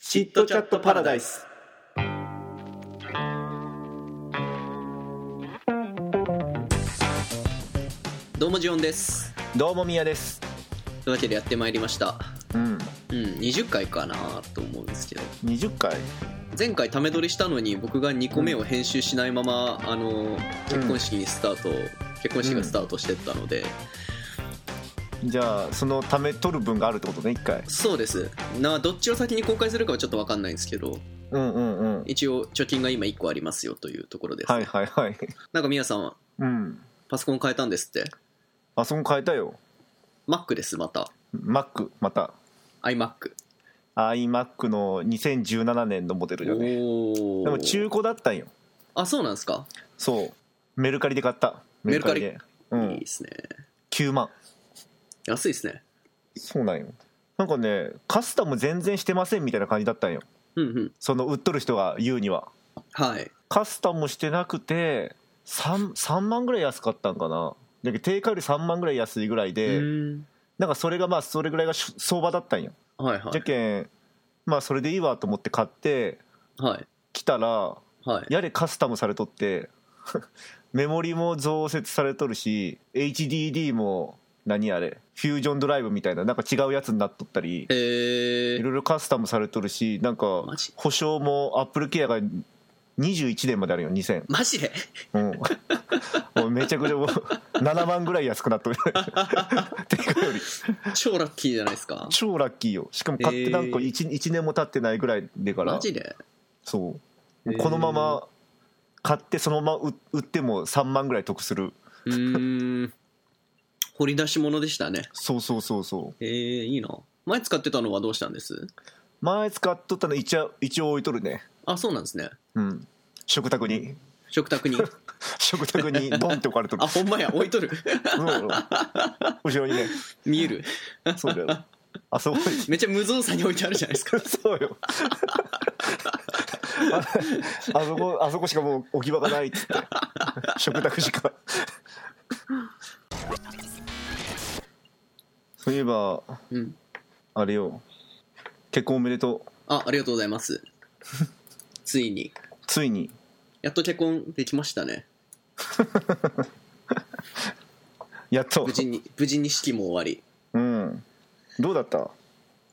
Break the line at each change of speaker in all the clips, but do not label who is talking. チットチャットパラダイス。
どうもジオンです
どうもみやです。
というわけでやってまいりました
うん、
うん20回かなと思うんですけど
二十回。
前回ため撮りしたのに僕が2個目を編集しないままあの結婚式にスタート、結婚式がスタートしてったので、
じゃあそのため取る分があるってことね一回。
そうですなどっちを先に公開するかはちょっと分かんないんですけど
うんうんうん。
一応貯金が今1個ありますよというところです、
はいはいはい。
なんか皆さん
うん。
パソコン変えたんですって
あそこ変えたよ。
Mac ですまた
Mac また
iMac、
iMac の2017年のモデルだね。
おお
でも中古だったんよ。
あそうなんですか、
そう。メルカリで買った。
メルカリ
で。う
いい
ん
で。すね
9万。
安いですね
そうなんよ。なんかねカスタム全然してませんみたいな感じだったんよ。
うんうん
その売っとる人が言うには。
はい
カスタムしてなくて 3, 3万ぐらい安かったんかなだけど定価より3万ぐらい安いぐらいうで、
ーん
なんかそれがまあそれぐらいがし相場だったんよ、
はいは
じゃけんまあそれでいいわと思って買って
いはい
来たら
はい
やれカスタムされとって メモリも増設されとるし HDD も何あれフュージョンドライブみたいななんか違うやつになっとったり
え
い
ー、
ろいろカスタムされとるしなんか
マジ
保証もアップルケアが21年まであるよ2000
マジで
うんもうめちゃくちゃもう7万ぐらい安くなっと る定価より
超ラッキーじゃないですか
超ラッキーよしかも買ってなんか 1,、
えー
一一年も経ってないぐらいでから
マジで
そう、
えー
このまま買ってそのまま売売っても3万ぐらい得する
うーん掘り出し物でしたね
そうそうそうそう
えー、いいな前使ってたのはどうしたんです
前使っとったの一応一応置いとるね
あそうなんですね
うん食卓に
食卓に
食卓にドンって置かれ とる
あほんまや置いとる
そう後ろにね
見える
そうだよあそこに
めっちゃ無造作に置いてあるじゃないです か
そうよああそこあそこしかもう置き場がないっつって 食卓しか そういえば
うん
あれよ結婚おめでとう
あありがとうございますついに
ついに
やっと結婚できましたね
やっと
無事に無事に式も終わり
うんどうだった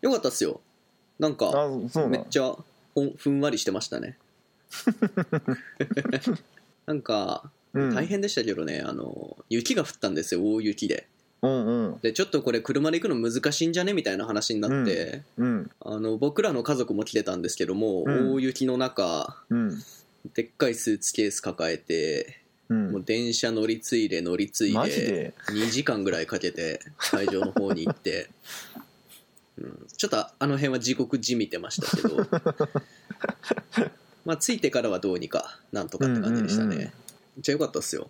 よかったっすよなん
あ
か
そう
め
な
っちゃほんふんわりしてまし たねなんか
うん
大変でしたけどね、あの雪が降ったんですよ大雪で
うんうん
でちょっとこれ車で行くの難しいんじゃねみたいな話になって、
うん
あの僕らの家族も来てたんですけども、
うん
大雪の中
うん
でっかいスーツケース抱えて、
う
も
ん
う電車乗り継いで乗り継い
マジ
で
で
2時間ぐらいかけて会場の方に行って、うん、ちょっとあの辺は地獄じみてました けどまあ着いてからはどうにかなんとかって感じでしたね、
うんうんうん
めっちゃ良かったっすよ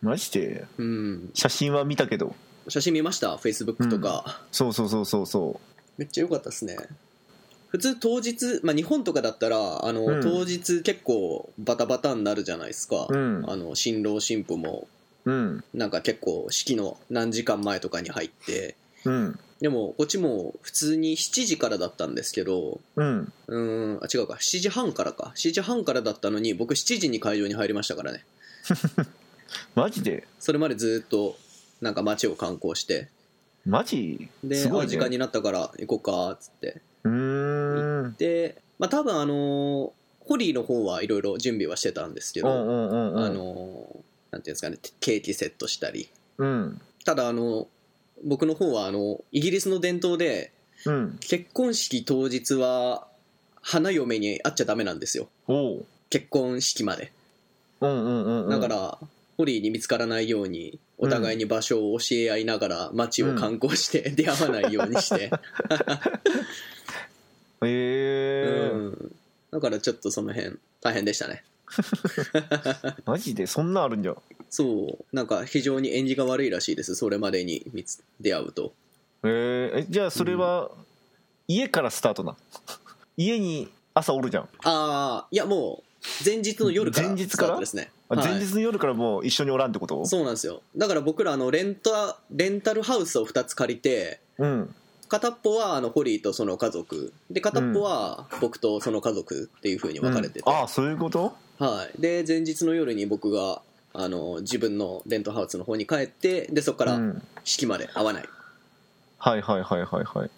マジで
うん
写真は見たけど
写真見ましたフェイスブックとか、
そうそうそうそうそ
めっちゃ良かったですね普通当日、まあ、日本とかだったらあの、
うん
当日結構バタバタになるじゃないですか、
うん
あの新郎新婦も
ううん
なんか結構式の何時間前とかに入って
うん
でもこっちも普通に7時からだったんですけど
うん
うーんあ違うか7時半からか7時半からだったのに僕7時に会場に入りましたからね
マジで
それまでずっとなんか街を観光して
マジ
です
ご
あ
い
時間
ね
になったから行こうかっつって
うーん
で、まあ、多分あのーホリーの方はいろいろ準備はしてたんですけ
う
ど、
んうんうんうん
あのーなんていうんですかねケーキセットしたり
うん
ただあの僕の方はあのイギリスの伝統で
うん
結婚式当日は花嫁に会っちゃダメなんですよ
おう
結婚式まで
うんうんうんうん
だから、ホリーに見つからないようにお互いに場所を教え合いながら街を観光して、 出会わないよう にして、う
ええ
ん、だからちょっとその辺大変でしたね
マジでそんなんあるんじゃ
そうなんか非常に縁起が悪いらしいですそれまでに見つ出会うと
えーえじゃあそれは家からスタートな 家に朝おるじゃん
ああいやもう前日の夜から
前日から
スタートですね
あ
はい
前日の夜からもう一緒におらんってこと
そうなんですよだから僕らあのレンタレンタルハウスを2つ借りて
うん
片っぽはあのホリーとその家族で片っぽは僕とその家族っていう風に分かれてて、
うんああそういうこと
はい、で前日の夜に僕があの自分のレントハウスの方に帰ってでそこか
う
ら
ん、
式まで会わないっ
はいはいはいはいはい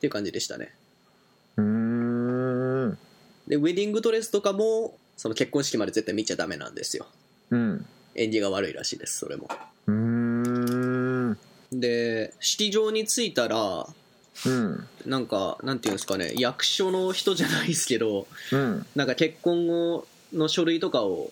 ていう感じでしたね
うーん
でウェディングドレスとかもその結婚式まで絶対見ちゃダメなんですよ
うん
縁起が悪いらしいですそれも
うーん
で式場に着いたら
うん
なんかなんていうんですかね役所の人じゃないですけど
うん
なんか結婚後の書類とかを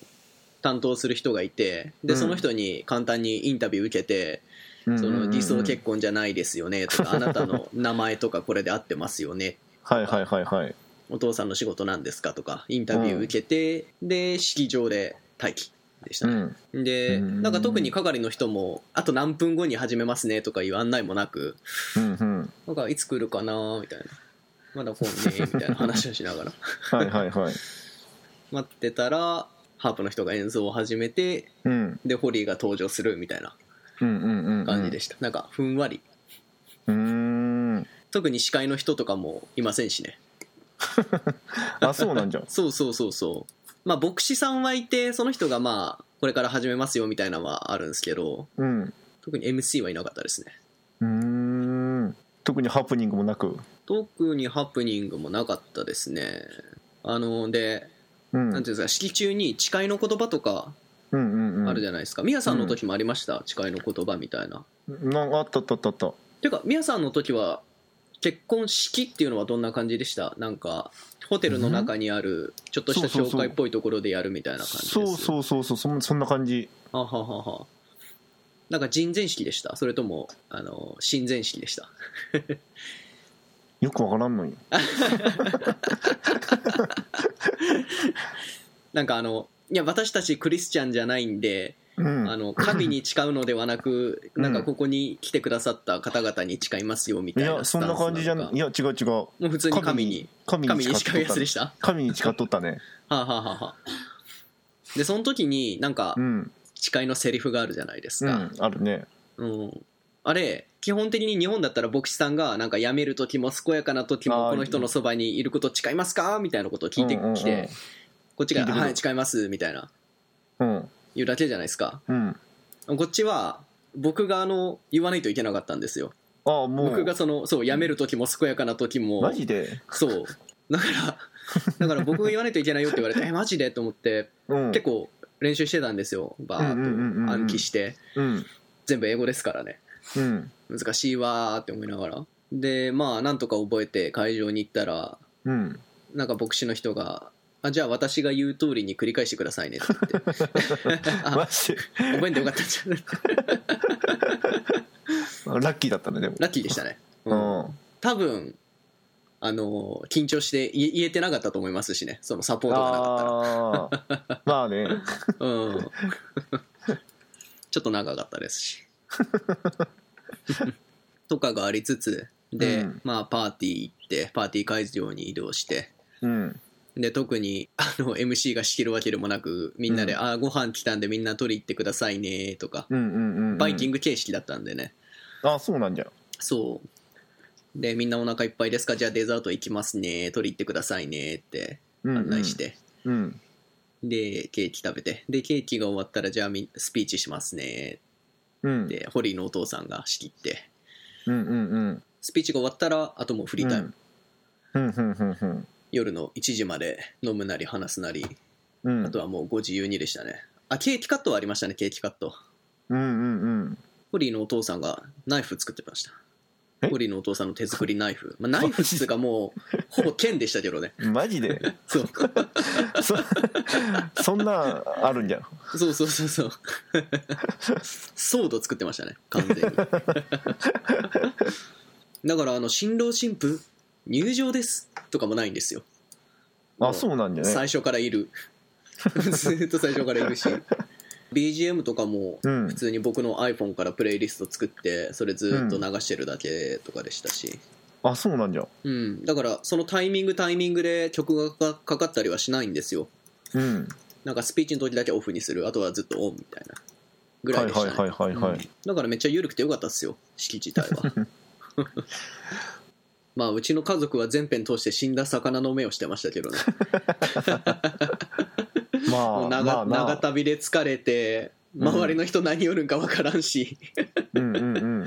担当する人がいてで
うん
その人に簡単にインタビュー受けて、
うん
そ
うんう
の
ん
理想結婚じゃないですよねとか、あなたの名前とかこれで合ってます よね
はいはいはいはい
お父さんの仕事なんですかとかインタビュー受けて、で式場で待機でした
う
ね、
ん
で
うん
なんか特に係の人もあと何分後に始めますねとかいう案内もなく
うんうん
なんかいつ来るかなみたいなまだ来んねみたいな話をしながら
はいはいはい
待ってたらハープの人が演奏を始めて
うん
でホリーが登場するみたいな
うんうんうんうん
感じでした、なんかふんわり
うーん
特に司会の人とかもいませんしね
あそうなんじゃん
そうそうそうそうまあ牧師さんはいてその人がまあこれから始めますよみたいなのはあるんですけど
うん
特に MC はいなかったですね
うーん特にハプニングもなく
特にハプニングもなかったですねあので
うん
なんていうんですか式中に誓いの言葉とか
うんうんうん
あるじゃないですか、ミヤさんの時もありました、誓いの言葉みたいな
なんかあったあったあったあった
てかミヤさんの時は結婚式っていうのはどんな感じでしたなんかホテルの中にあるちょっとした
そうそう
紹
そう
介っぽいところでやるみたいな感じです
そうそうそうそうそんそんな感じ
ははははなんか人前式でしたそれともあの親善式でした
よくわからんのに
なんかあのいや私たちクリスチャンじゃないんで、
うん
あの神に誓うのではなく、なんかここに来てくださった方々に誓いますよみ
い
たい
や
なス
そ
タン
ん
ス
な感じじゃ
の
ん
か
いや違う違う
もう普通に神に
神
神に
誓っとっ
誓うや
た
つ
ね
でした
神に誓っとったね
はあはあはあはあでその時になんか
うん
誓いのセリフがあるじゃないです
う
か、
んあるね
うんあれ基本的に日本だったら牧師さんがなんか辞める時も健やかな時も
あー
この人のそばにいること誓いますかみたいなことを聞いて
うんうんうん
きて、こっちが
聞い
「
てくる
はい誓います」みたいな
うん
言うだけじゃないですか
うん
こっちは僕があの言わないといけなかったんですよ
ああもう
僕がそのそう辞める時も健やかな時も
マジで
そうだから だから僕が言わないといけないよって言われて「えマジで?」と思って
うん
結構練習してたんですよバー
うんうんうんうん
ッ
うん
と暗記して
うん
全部英語ですからね
うん
難しいわーって思いながらでまあなんとか覚えて会場に行ったら
うん
なんか牧師の人が「あじゃあ私が言う通りに繰り返してくださいね」って言ってあ
マジで
覚えんでよかったんじゃん
ラッキーだったねでも
ラッキーでしたね、
う
うん
ん
多分あの緊張してい言えてなかったと思いますしねそのサポートがなかったら
ああまあね
うん ちょっと長かったです しとかがありつつで、
うん
まあパーティー行ってパーティー会場に移動して
うん
で特にあの MC が仕切るわけでもなくみんなで「
うん
ああご飯来たんでみんな取り行ってくださいね」とか、
うんうんうん
バイキン
グ
グ形式だったんでね
ああそうなんじゃん
そうでみんなお腹いっぱいですかじゃあデザート行きますね取り行ってくださいねって
うん
案内して、
うん
でケーキ食べてでケーキが終わったらじゃあみスピーチしますね
うん
でホリーのお父さんが仕切って
うんうんうん
スピーチが終わったらあともうフリータイム、
うんうんうんうん
夜の1時まで飲むなり話すなり
うん
あとはもうご自由にでしたねあケーキカットはありましたねケーキカット
うんうんうん
ホリーのお父さんがナイフ作ってました
え
ホリーのお父さんの手作りナイフ、まあ、ナイフっつうかもうほぼ剣でしたけどね
マジ で
そう
そそんなんあるんじゃん
そうそうそうそうソード作ってましたね完全にだからあの新郎新婦入場ですとかもないんですよ
あそうなんじゃね
最初からいるずっと最初からいるし BGM とかも
うん
普通に僕の iPhone からプレイリスト作ってそれずっと流してるだけとかでしたし、
あそうなんじゃん
うん、だからそのタイミングタイミングで曲がかかかったりはしないんですよ
うん
なんかスピーチの時だけオフにするあとはずっとオンみたいなぐら
はいい
でし
はい
たね
はいはいはい
うんだからめっちゃ緩くてよかったっすよ式自体はまあうちの家族は全編通して死んだ魚の目をしてましたけどね
まあ
もう
ま
長
あま
長
あ
旅で疲れて
うん
周りの人何おるんか分からんし、
うんうんうん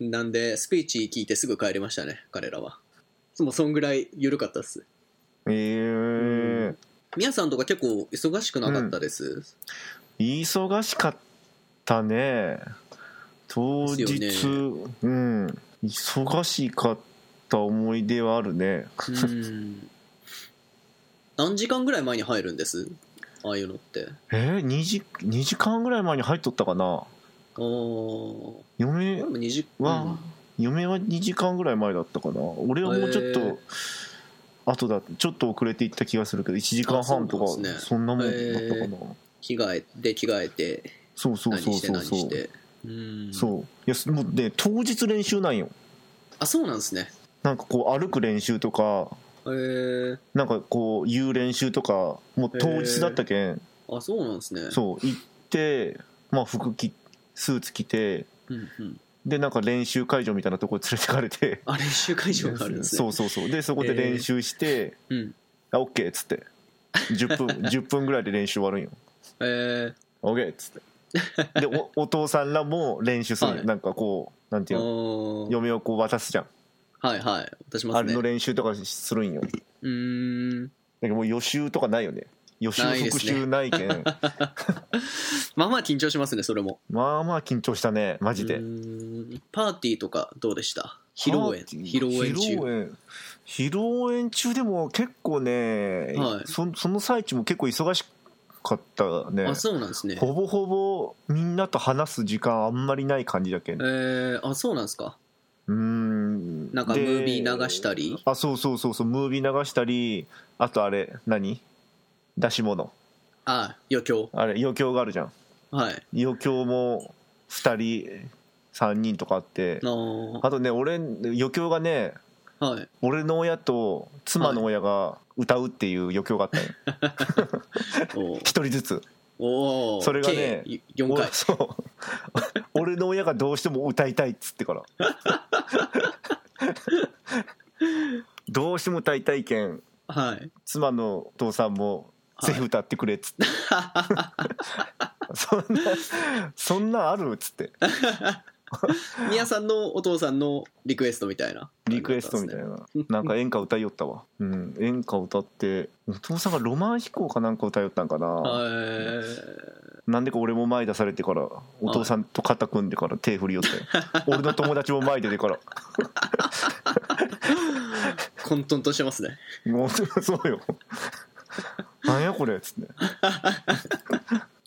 なんでスピーチ聞いてすぐ帰りましたね彼らはもうそんぐらい緩かったっす
えー、
宮さんとか結構忙しくなかったです、
忙しかったね当日、
ですよ
うん忙しかった思い出はあるね
うん何時間ぐらい前に入るんですああいうのって
えー、2, 時2時間ぐらい前に入っとったかな
あー
嫁
でも2時
は、嫁は2時間ぐらい前だったかな俺はもうちょっ
へえ
と後だちょっと遅れて行った気がするけど1時間半とか
あそうなんですね
そんなもんだったかな、
へ着替えで着替えて
そうそう
何
そう
して
そう
何
そう
し
そう
てうん
いやすもうね当日練習なんよ
あそうなんですね
なんかこう歩く練習とか
へえ
なんかこう言う練習とかもう当日だったけん
あそうなんですね
そう行ってまあ服着スーツ着て
うんうん
でなんか練習会場みたいなとこ連れてかれて
あ練習会場があるんですね
そうそうそうでそこで練習して、
うん
あオッケーっつって10分 10分ぐらいで練習終わるんよ
へえ
オッケーっつってでおお父さんらも練習する、
はい
なんかこうなんて
あ
いうの
ー
嫁をこう渡すじゃん、
はいはい渡しま
あ
す
れ
ね
の練習とかするんよだけ
うーん
どもう予習とかないよね予習
ないです
復
ね
習ないけん
まあまあ緊張しますねそれも
まあまあ緊張したねマジで
うーんパーティーとかどうでした披露
パー
宴
ティー
披露宴
披
中
露宴披露宴中でも結構ね、
はい
そその最中も結構忙しかったね
あそうなんですね
ほぼほぼみんなと話す時間あんまりない感じだけん
えー、あそうなんですか
うーん
なんか
で
ムービー流したり
あそうそうそうそうムービー流したりあとあれ何出し物
あ余興
あれ余興があるじゃん
はい
余興も2人3人とかあって
あー
あとね俺余興がね
はい
俺の親と妻の親が歌うっていう余興があったよ、
お
一人ずつ
おー
それがね
計4
俺
回
そう 俺の親がどうしても歌いたいっつってから どうしても歌いたいけん
はい
妻のお父さんも
はい
ぜひ歌ってくれっつって、そんなそんなんあるっつって
宮さんのお父さんのリクエストみたいな
リクエストみたいな、なんか演歌歌いよったわうん演歌歌ってお父さんが「ロマン飛行」かなんか歌いよったんかな、
え
なんでか俺も前出されてからお父さんと肩組んでから手振 り寄って俺の友達も前出てから
ー、混沌としてますね
もうそう よなんやこれっつって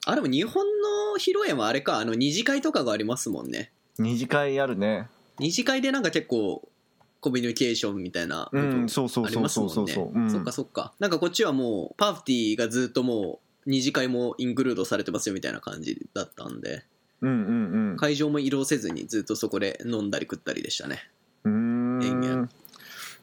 あでも日本の披露宴はあれかあの二次会とかがありますもんね
二次会あるね
二次会でなんか結構コミュニケーションみたいな
う
部分
んそうそう
あり
そう
ます
そ
も
うんそう
ね
そううん
そっかそっかなんかこっちはもうパーティーがずっともう二次会もインクルードされてますよみたいな感じだったんで
うんうん
会場も移動せずにずっとそこで飲んだり食ったりでしたね
うんうー
演
ん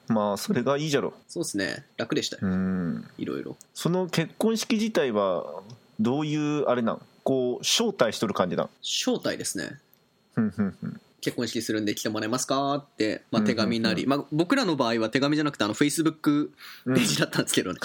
まあそれがいいじゃろ
そうですね楽でしたよ
うん
いろいろ
その結婚式自体はどういうあれなんこう招待しとる感じなん
招待ですね
ふんふんふん
結婚式するんで来てもらえますかって、まあ、
うんうんう
手
ん
紙なり、まあ、僕らの場合は手紙じゃなくてあのフェイスブックペ
うん
ージだったんですけ どね、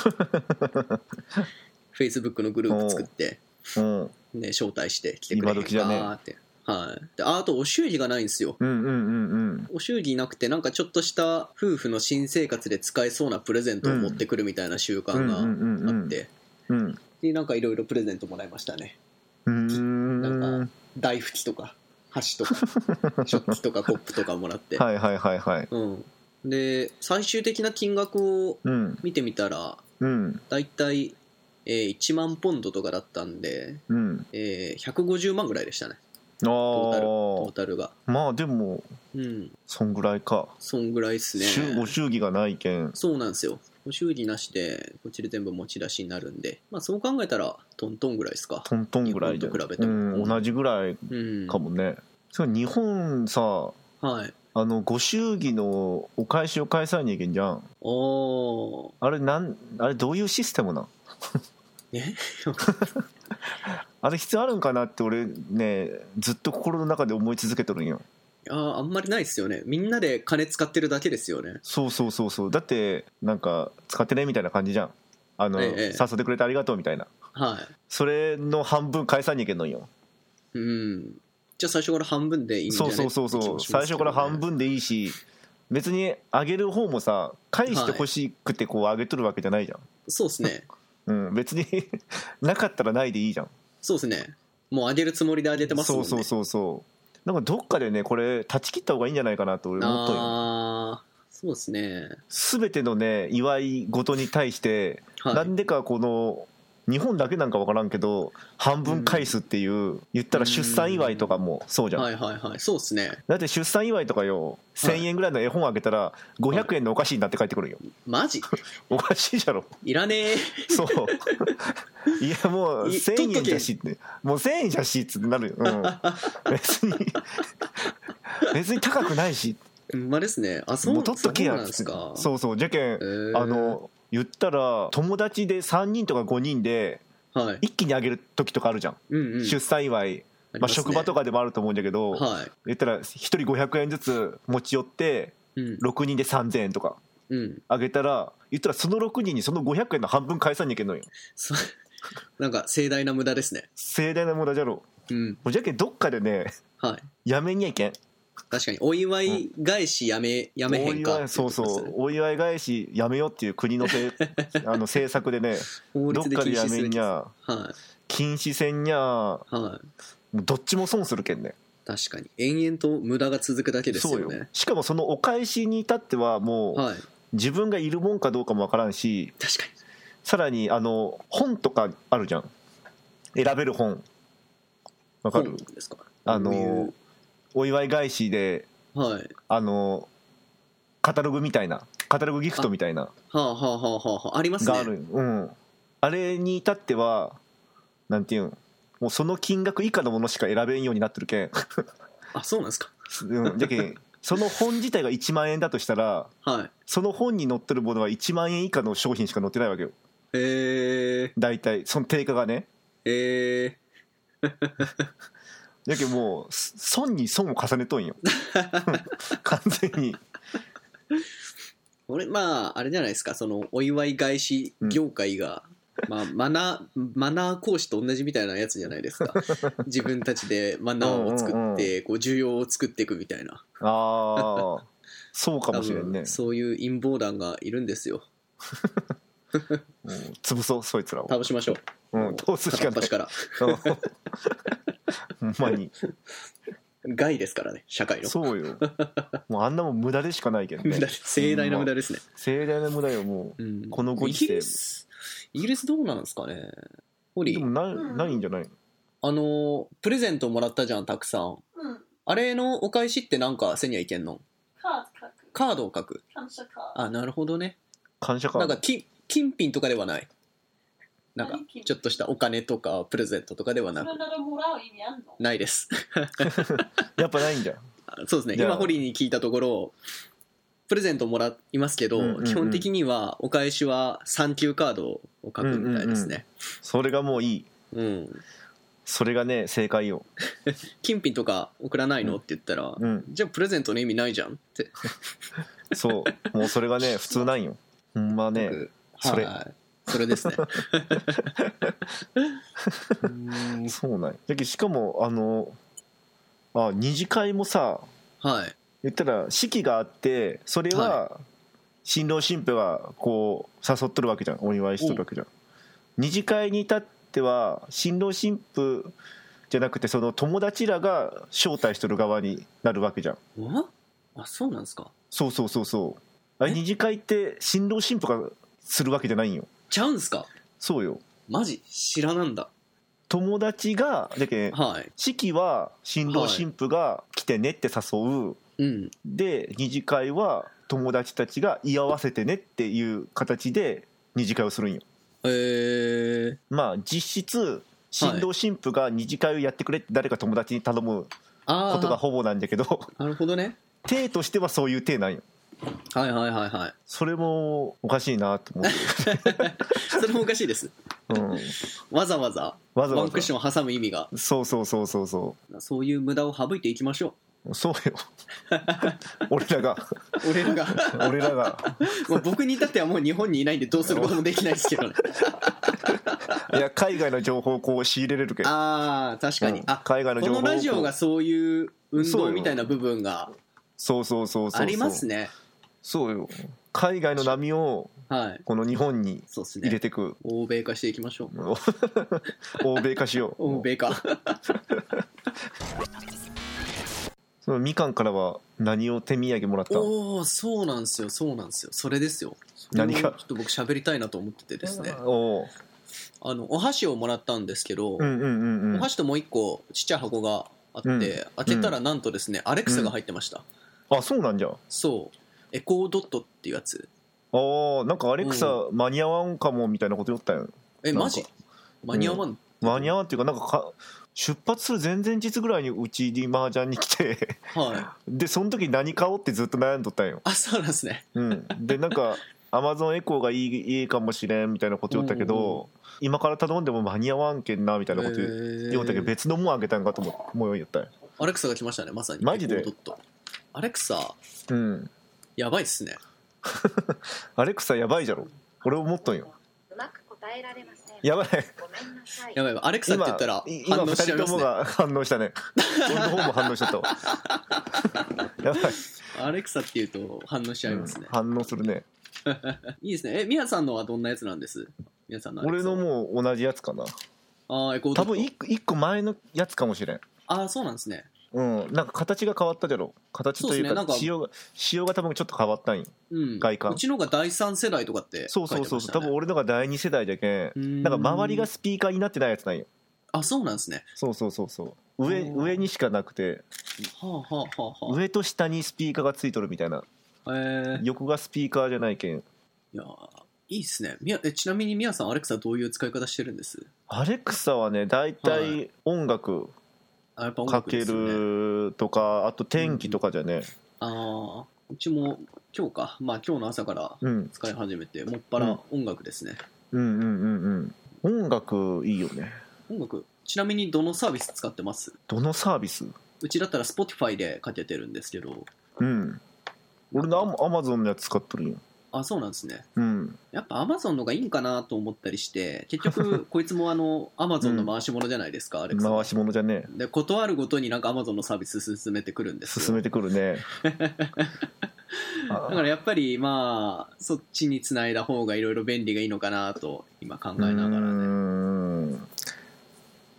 フェイスブックのグループ作って
うん
ね、招待して来てくれへん
今時
か
じゃね
って、はい、であとお祝儀がないんですよ
うんうんうん
お祝儀なくてなんかちょっとした夫婦の新生活で使えそうなプレゼントを持ってくるみたいな習
うんう
慣
ん
があって、
うんうんうん
でなんかいろいろプレゼントもらいましたね
うん
なんか大拭きとか箸とか 食器とかコップとかもらって、
はいはいはいはい
うん、で最終的な金額を
うん
見てみたら
うん
だいたい1万ポンドとかだったんで、
うん
えー150万ぐらいでしたねトータルトー
あ
タルが
あまあでも
うん
そんぐらいか、
そんぐらいっすね
しゅご祝儀がないけん
そうなんですよ。ご祝儀なしで、こっちで全部持ち出しになるんで、まあそう考えたら、トントンぐらいですか。
トントンぐらいで
日本と比べても
うん、同じぐらい
うん。
かもね、それ日本さ
はい。
あのご祝儀のお返しを返さにゃいけんじゃん
おー。
あれなんあれどういうシステムなん
ね
あれ必要あるんかなって俺ねずっと心の中で思い続けてるんよ
いあーあんまりないですよねみんなで金使ってるだけですよね
そうそうそうそうだってなんか使ってねみたいな感じじゃんあの、
ええ
誘ってくれてありがとうみたいな
は
それの半分返さにいけんのんよ
いうんじゃあ最初から半分でいいんじゃ
そ
な
う
い
そうそう
って気
そ
も
う
しま
最
すけ
初
ど
か
ね
ら半分でいいし別にあげる方もさ返してほしくてこうあげとるわけじゃないじゃん、
そうですね
うん別に なかったらないでいいじゃん
そうですねもう上げるつもりで上げてますもん
そう
ね
そうそうそうなんかどっかでねこれ断ち切った方がいいんじゃないかなと俺思ったよ
ああそうですね
全てのね祝い事に対して、
はい
なんでかこの日本だけなんか分からんけど半分返すっていう、言ったら出産祝いとかもそうじゃん、
はいはいはいそうですね
だって出産祝いとかよ
はい
1000円ぐらいの絵本あげたら500円のお菓子になって帰ってくるんよ
マジ
おかしいじゃろ
いらねえ
そういやもう
い
1000円じゃしってもう1000円じゃしっつってなるよ、 うん、別に別に高くないし
ほんまですねあそう
もう取っとけや
そうなん
っ
で
つ
す
って
か
そうそうじゃけん、
へー
あの言ったら友達で3人とか5人で
はい
一気にあげる時とかあるじゃん、
うんうん
出産祝い、まあ、職場と
か
かでもあると思うんだけど、
はい
言ったら1人500円ずつ持ち寄って
うん
6人で3000円とか
うん
あげたら言ったらその6人にその500円の半分返さなきゃいけんのよ
そう なんか盛大な無駄ですね
盛大な無駄じゃろも
うん
うじゃけんどっかでね
はい
やめにゃいけん
確かにお祝い返しやめやめへん
お
か
祝いそうそうお祝い返しやめようっていう国の せいあの政策でね
法
どっ
律で
か
禁
でや
止す
め
る
んにゃ
は
禁止せんにゃも
いはいう
どっちも損するけんね
確かに延々と無駄が続くだけです
そう
よ
よ
ね
しかもそのお返しに至ってはも
はいう
自分がいるもんかどうかもわからんし
確か
さらにあの本とかあるじゃん選べる本わか
に
る
本ですか
あ
こうい
の
う
お祝い返しで
はい
あのカタログみたいなカタログギフトみたいな
はあはあはあはあはあありますね
がある、うんあれに至ってはなんていうんもうその金額以下のものしか選べんようになってるけん、
あそうなんですか
うん、じゃけんその本自体が1万円だとしたら
はい
その本に載ってるものは1万円以下の商品しか載ってないわけよ
え
大体その定価がね
ー、え
じゃけんもうす損に損を重ねと んよ完全に
ー、俺まああれじゃないですかそのお祝い返し業界が、まあ、マナーマナー講師と同じみたいなやつじゃない ですか自分たちでマナーを作っ
う
て
んうんうん
こう需要を作っていくみたいな
ああそうかもしれん
多
ね
分そういう陰謀団がいるんですよ
うん潰そうそいつらを
倒しましょう
うん、倒すしか
片っ
ない
端から
うんほんまに
害ですからね社会の
そうよもうあんなもん無駄でしかない けど
無
ね
駄です盛大な無駄ですね、
盛大な無駄よも
うん、
このご
イ
時世
ギリスイギリスどうなんですかねホ
う
リ
で
ー
もないないんじゃない
あのープレゼントもらったじゃんたくさん
うん。
あれのお返しってなんかせにはいけんの
カード書く。
カードを書く
感謝カード。
あなるほどね
感謝カ
な
ー
んか
ド
き金品とかではないなんか
何金
ちょっとしたお金とかプレゼントとかではな
そ
く
れならもらう意味あんの
ないです
やっぱないんじゃん
あそうですね
じゃあ
今ホリーに聞いたところプレゼントもらいますけど、
うんうんうん
基本的にはお返しは3級カードを書くみたいですね、
それがもういい
うん、
それがね正解よ
金品とか送らないの
うん
って言ったら、
うん
じゃあプレゼントの意味ないじゃんって、
そうもうそれがね普通なんよほんまね
僕
それ
はいそ れですね
そうなんよだけどしかもあのあ二次会もさ
はい
言ったら式があってそれは新郎新婦がこう誘っとるわけじゃんお祝いしとるわけじゃん二次会に至っては新郎新婦じゃなくてその友達らが招待しとる側になるわけじゃん
おあそうなんですか
そうそうそうそうあれ
え
二次会って新郎新婦がするわけじゃないんよ
ちゃうんすか
そうよ
マジ知らなんだ
友達がだけ
はい
式は新郎新婦が来てねって誘う、
うん
で二次会は友達たちが居合わせてねっていう形で二次会をするんよ
えー、
まあ実質新郎新婦が二次会をやってくれって誰か友達に頼むこ
あ
とが
あ
ほぼなんだけど
なるほどね
体としてはそういう体なんよ
はいはいはいはい
それもおかしいなと思って、
それもおかしいです
うん、
わざわざ
わざ
ワ
わ
ンクッシ
ざ
ョン挟む意味が
そうそうそうそうそ
そういう無駄を省いていきましょ
そうよ 俺らが
俺らが
俺らが
もう僕に至ってはもう日本にいないんでどうすることもできないですけどね
いや海外の情報をこう仕入れれるけん
ああ確か
う
に、
ん
あ
海外の情報
このラジオがそういう運
そう
動
よ
みたいな部分が
そうそうそうそう
ありますね
そうよ海外の波を
はい
この日本に
そうです
入れ
ね
てく、
欧米化していきましょう
もう欧米化しよう
欧 米化
そのみかんからは何を手土産もらった
おおそうなんですよそうなんですよそれですよ
何が
それをちょっと僕喋りたいなと思っててですね
おう
あのお箸をもらったんですけど、
うんうんうんうん
お箸ともう一個ちっちゃい箱があって、
うん
開けたらなんとですね、アレクサが入ってました、
あそうなんじゃ
そうエコードットっていうやつ
ああなんかアレクサ間に合わんかもみたいなこと言ったよ
え
なんか
マジ間に合わん、
間に合わんっていうかなんかか出発する前々日ぐらいにうちに麻雀に来て
はい
でその時何買おうってずっと悩んどったんよ、
あそうなんですね
うん、でなんかアマゾンエコーがいいいいかもしれんみたいなこと言ったけ
うんうん
ど、今から頼んでも間に合わんけんなみたいなこと言う
え
言ったけど別のもんあげたんかと思思いよったんよ
アレクサが来ましたねまさに
マジで
エコードットアレクサ
うん
やばいっすね
アレクサやばいじゃろ俺思っとんよ
うまく答えられません。
やばい
ごめんなさい。
やばいやばいアレクサって言ったら
今
反
今
応
二
しち
人
ゃいま
と
す
も
ね
が反応したね俺の方も反応しちゃったわ やばい
アレクサって言うと反応しちゃ います
う
ね、
ん反応するね
いいですねえミヤさんのはどんなやつなんですミヤさんのアレ
俺
クサ
のもう同じやつかな
あーエコード
多
ット
分一個一個前のやつかもしれん
ああそうなんですね
うんなんか形が変わったじゃろ形という
そうっすね
か
なんか
仕様が仕様が多分ちょっと変わったんよ
うん
外観
うちのが第三世代とかって
そうそうそうそう多分
多
俺のが第二世代じゃけ
分
んなんか周りがスピーカーになってないやつなんよ
あそうなんですね
そうそうそうそう上
おー
上にしかなくて
はあはあはあはあ
上と下にスピーカーがついとるみたいな
えー、い
横がスピーカーじゃないけん
やーいいっすねみやえちなみにミヤさんアレクサどういう使い方してるんです
アレクサはね大
は
体音楽
あやっぱ音
か
楽
け
ですよね
るとかあと天気とかじゃね
ああ、うちも今日か、まあ今日の朝から
うん
使い始めて、もっぱら音楽ですね。
うんうんうんうん音楽いいよね
音楽、ちなみにどのサービス使ってます
どのサービス
うちだったら Spotify でかけてるんですけど、
うん俺のアマゾンのやつ使っとるよ
あ、そうなんですね。
うん
やっぱ Amazon のがいいんかなと思ったりして、結 局、こいつもあの、Amazon の回し物じゃないですか、アレクサ。
回し物じゃね
で、断るごとになんか Amazon のサービス進めてくるんです
進
よ。
めてくる ね
だ
あ
からやっぱりまあ、そっちにつないだ方がいろいろ便利がいいのかなと、今考え
う
ながらね。
ーん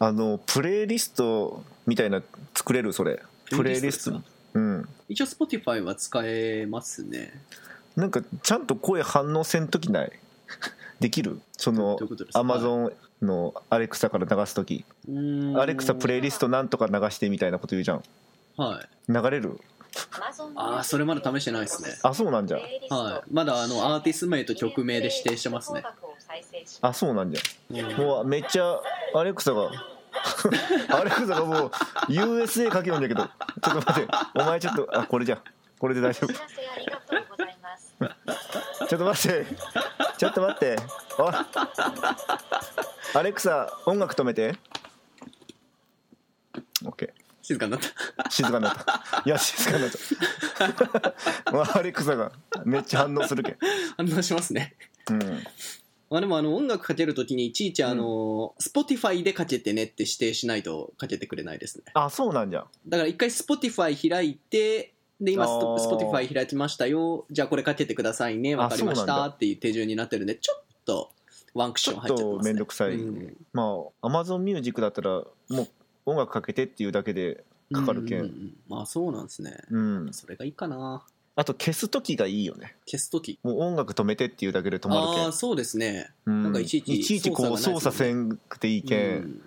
あのプレイリストみたいな作れるそれプレイリス
です
ト
か
うん
一応 Spotify は使えますね。
なんかちゃんと声反応せんときない できるその
どういうことですか
アマゾンのアレクサから流すときア
ア
レクサプレイリストなんとか流してみたいなこと言うじゃん
はい、
流れる
Amazon
あーそれまだ試してないっすね
あそうなんじゃ
はい、まだあのアーティスト名と曲名で指定してますね。
あそうなんじ
う
ゃ
ん
もうめっちゃアレクサが アレクサがもう USA 書けよんだけどちょっと待ってお前ちょっとあこれじゃんこれで大丈
お知らせありがとうございます。
夫ちょっと待ってちょっと待っておいアレクサ音楽止めて OK
静かになった。
静かになったいや静かになった まあアレクサがめっちゃ反応するけ
反応しますね。
んうん
まあでもあの音楽かけるときにいちいちあの、Spotify でかけてねって指定しないとかけてくれないですね。
あそうなんじゃ
だから一回 Spotify 開いて、で今スト
あー
Spotify 開きましたよ。じゃあこれかけてくださいね。わかりま
あ
し
そうな
た
ん
っていう手順になってるんで、ちょっとワンクッ
ち
ショ
ょ
ン
っ
入っちゃって
と
ますね。
面倒くさい、
うん
まあアマゾンミュージックだったらもう音楽かけてっていうだけでかかるけ
うんうんんまあそうなんですね。
うん
それがいいかな。
あと消す時がいいよね
消すとき。
もう音楽止めてっていうだけで止まるけ
ああー、
ん
そうですね。
うん
なんかいちいち
こう
操
操
作
作
がな
せんくていいけん、
うん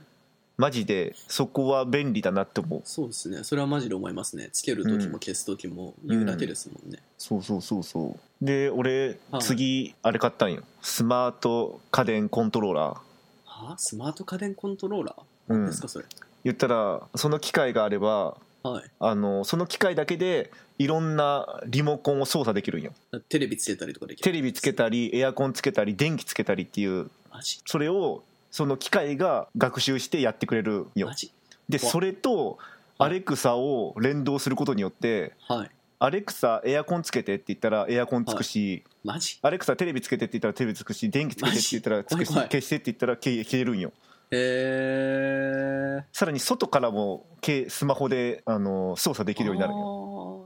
マジでそこは便利だなって思う
そうですねそれはマジで思いますねつける時も消す時も言うだけですもんね、
そうそうそうそうで俺
はい
次あれ買ったんよスマート家電コントローラ
はあスマート家電コントローラー、
ー、うん
です、かそれ
言ったらその機械があれば
はい
あのその機械だけでいろんなリモコンを操作できるんよ
テレビつけたりとかできる
テレビつけたりエアコンつけたり電気つけたりっていう
マジ
それをその機械が学習してやってくれるんよ
マジ
で
わ
それとアレクサを連動することによって
はい。
アレクサエアコンつけてって言ったらエアコンつくし、
マジ
アレクサテレビつけてって言ったらテレビつくし電気つけてって言ったらつくし
マジ怖い怖
消
い
してって言ったら消え消えるんよ
へえ。
さらに外からもけスマホであの操作で
で
きるようになるんよ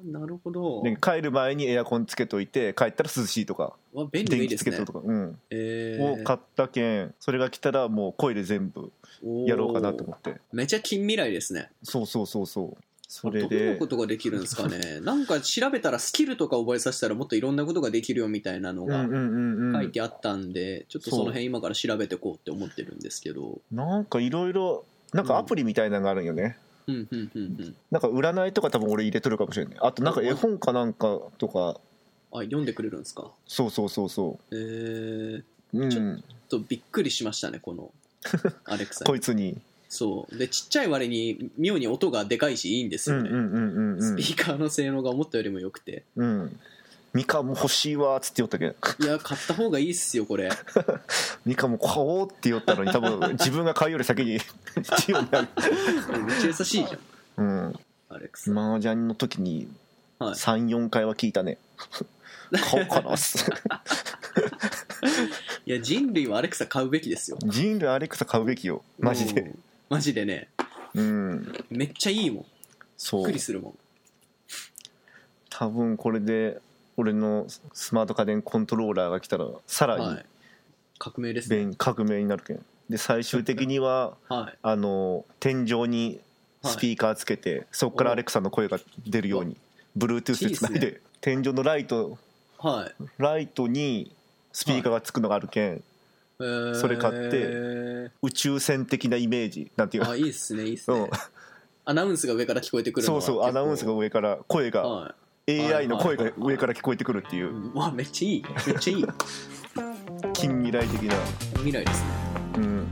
よ。なるほど。
で帰る前にエアコンつけといて帰ったら涼しいとか
わ便利でい
電
い
気
で
つ
す
け
ね
と。とか、うん、
え
を買ったけんそれが来たらもうコイル全部やろうかなと思
て。
って
めちゃ近未来ですね。
そうそうそうそうそれ
どんな
で
ことができるんです かね。なんか調べたらスキルとか覚えさせたらもっといろんなことができるよみたいなの
うんう
が
んうんう
書い
ん
てあったんで、ちょっとその辺今から調べてこうって思ってるんですけど。
なんかいろいろなんかアプリみたいなのがあるんよね
うんうんうんうん。
なんか占いとか多分俺入れとるかもしれないあとなんか絵本かなんかとか
あ、読んでくれるんですか。
そうそうそうそ
えー、
うう
ちょ
ん
ちょっとびっくりしましたね、このアレクサ。
こいつに
そう。で、ちっちゃい割に妙に音がでかいしいいんです
うん
よ
うん
ね。
うんうん
スピーカーの性能が思ったよりも良くて。
うんうんミカも欲しいわーっつって言おったけん
いや、買った方がいいっすよ、これ。
ミカも買おうって言ったのに多分自分が買うより先に必要になる
めっちゃ優しいじゃ
うん
ん、アレクサ。
麻雀の時に
はい
34回は聞いたね買おうかなっす
いや、人類はアレクサ買うべきですよ。
人類アレクサ買うべきよマジ
う
で
ん。マジでね、
うん
めっちゃいいもん。びっ
そう
くりするもん。
多分これで俺のスマート家電コントローラーが来たらさら
は
に
い。革命ですね。
便革命になるけんで最終的には
はい。
あの天井にスピーカーつけて、そこからアレクサの声が出るように Bluetooth でつない
いい
で天井のライト
はい。
ライトにスピーカーがつくのがあるけん、
えー
それ買って。宇宙船的なイメージなんていう
あ、
か、
いいっすね、いいっす
う
ね
ん。
アナウンスが上から聞こえてくるの
そうそ
は
う
結構
アナウンスが上から声が
はい。
AI の声が上から聞こえてくるっていううん
わめっちゃいいめっちゃいい
近未来的な、
未来ですね
うん、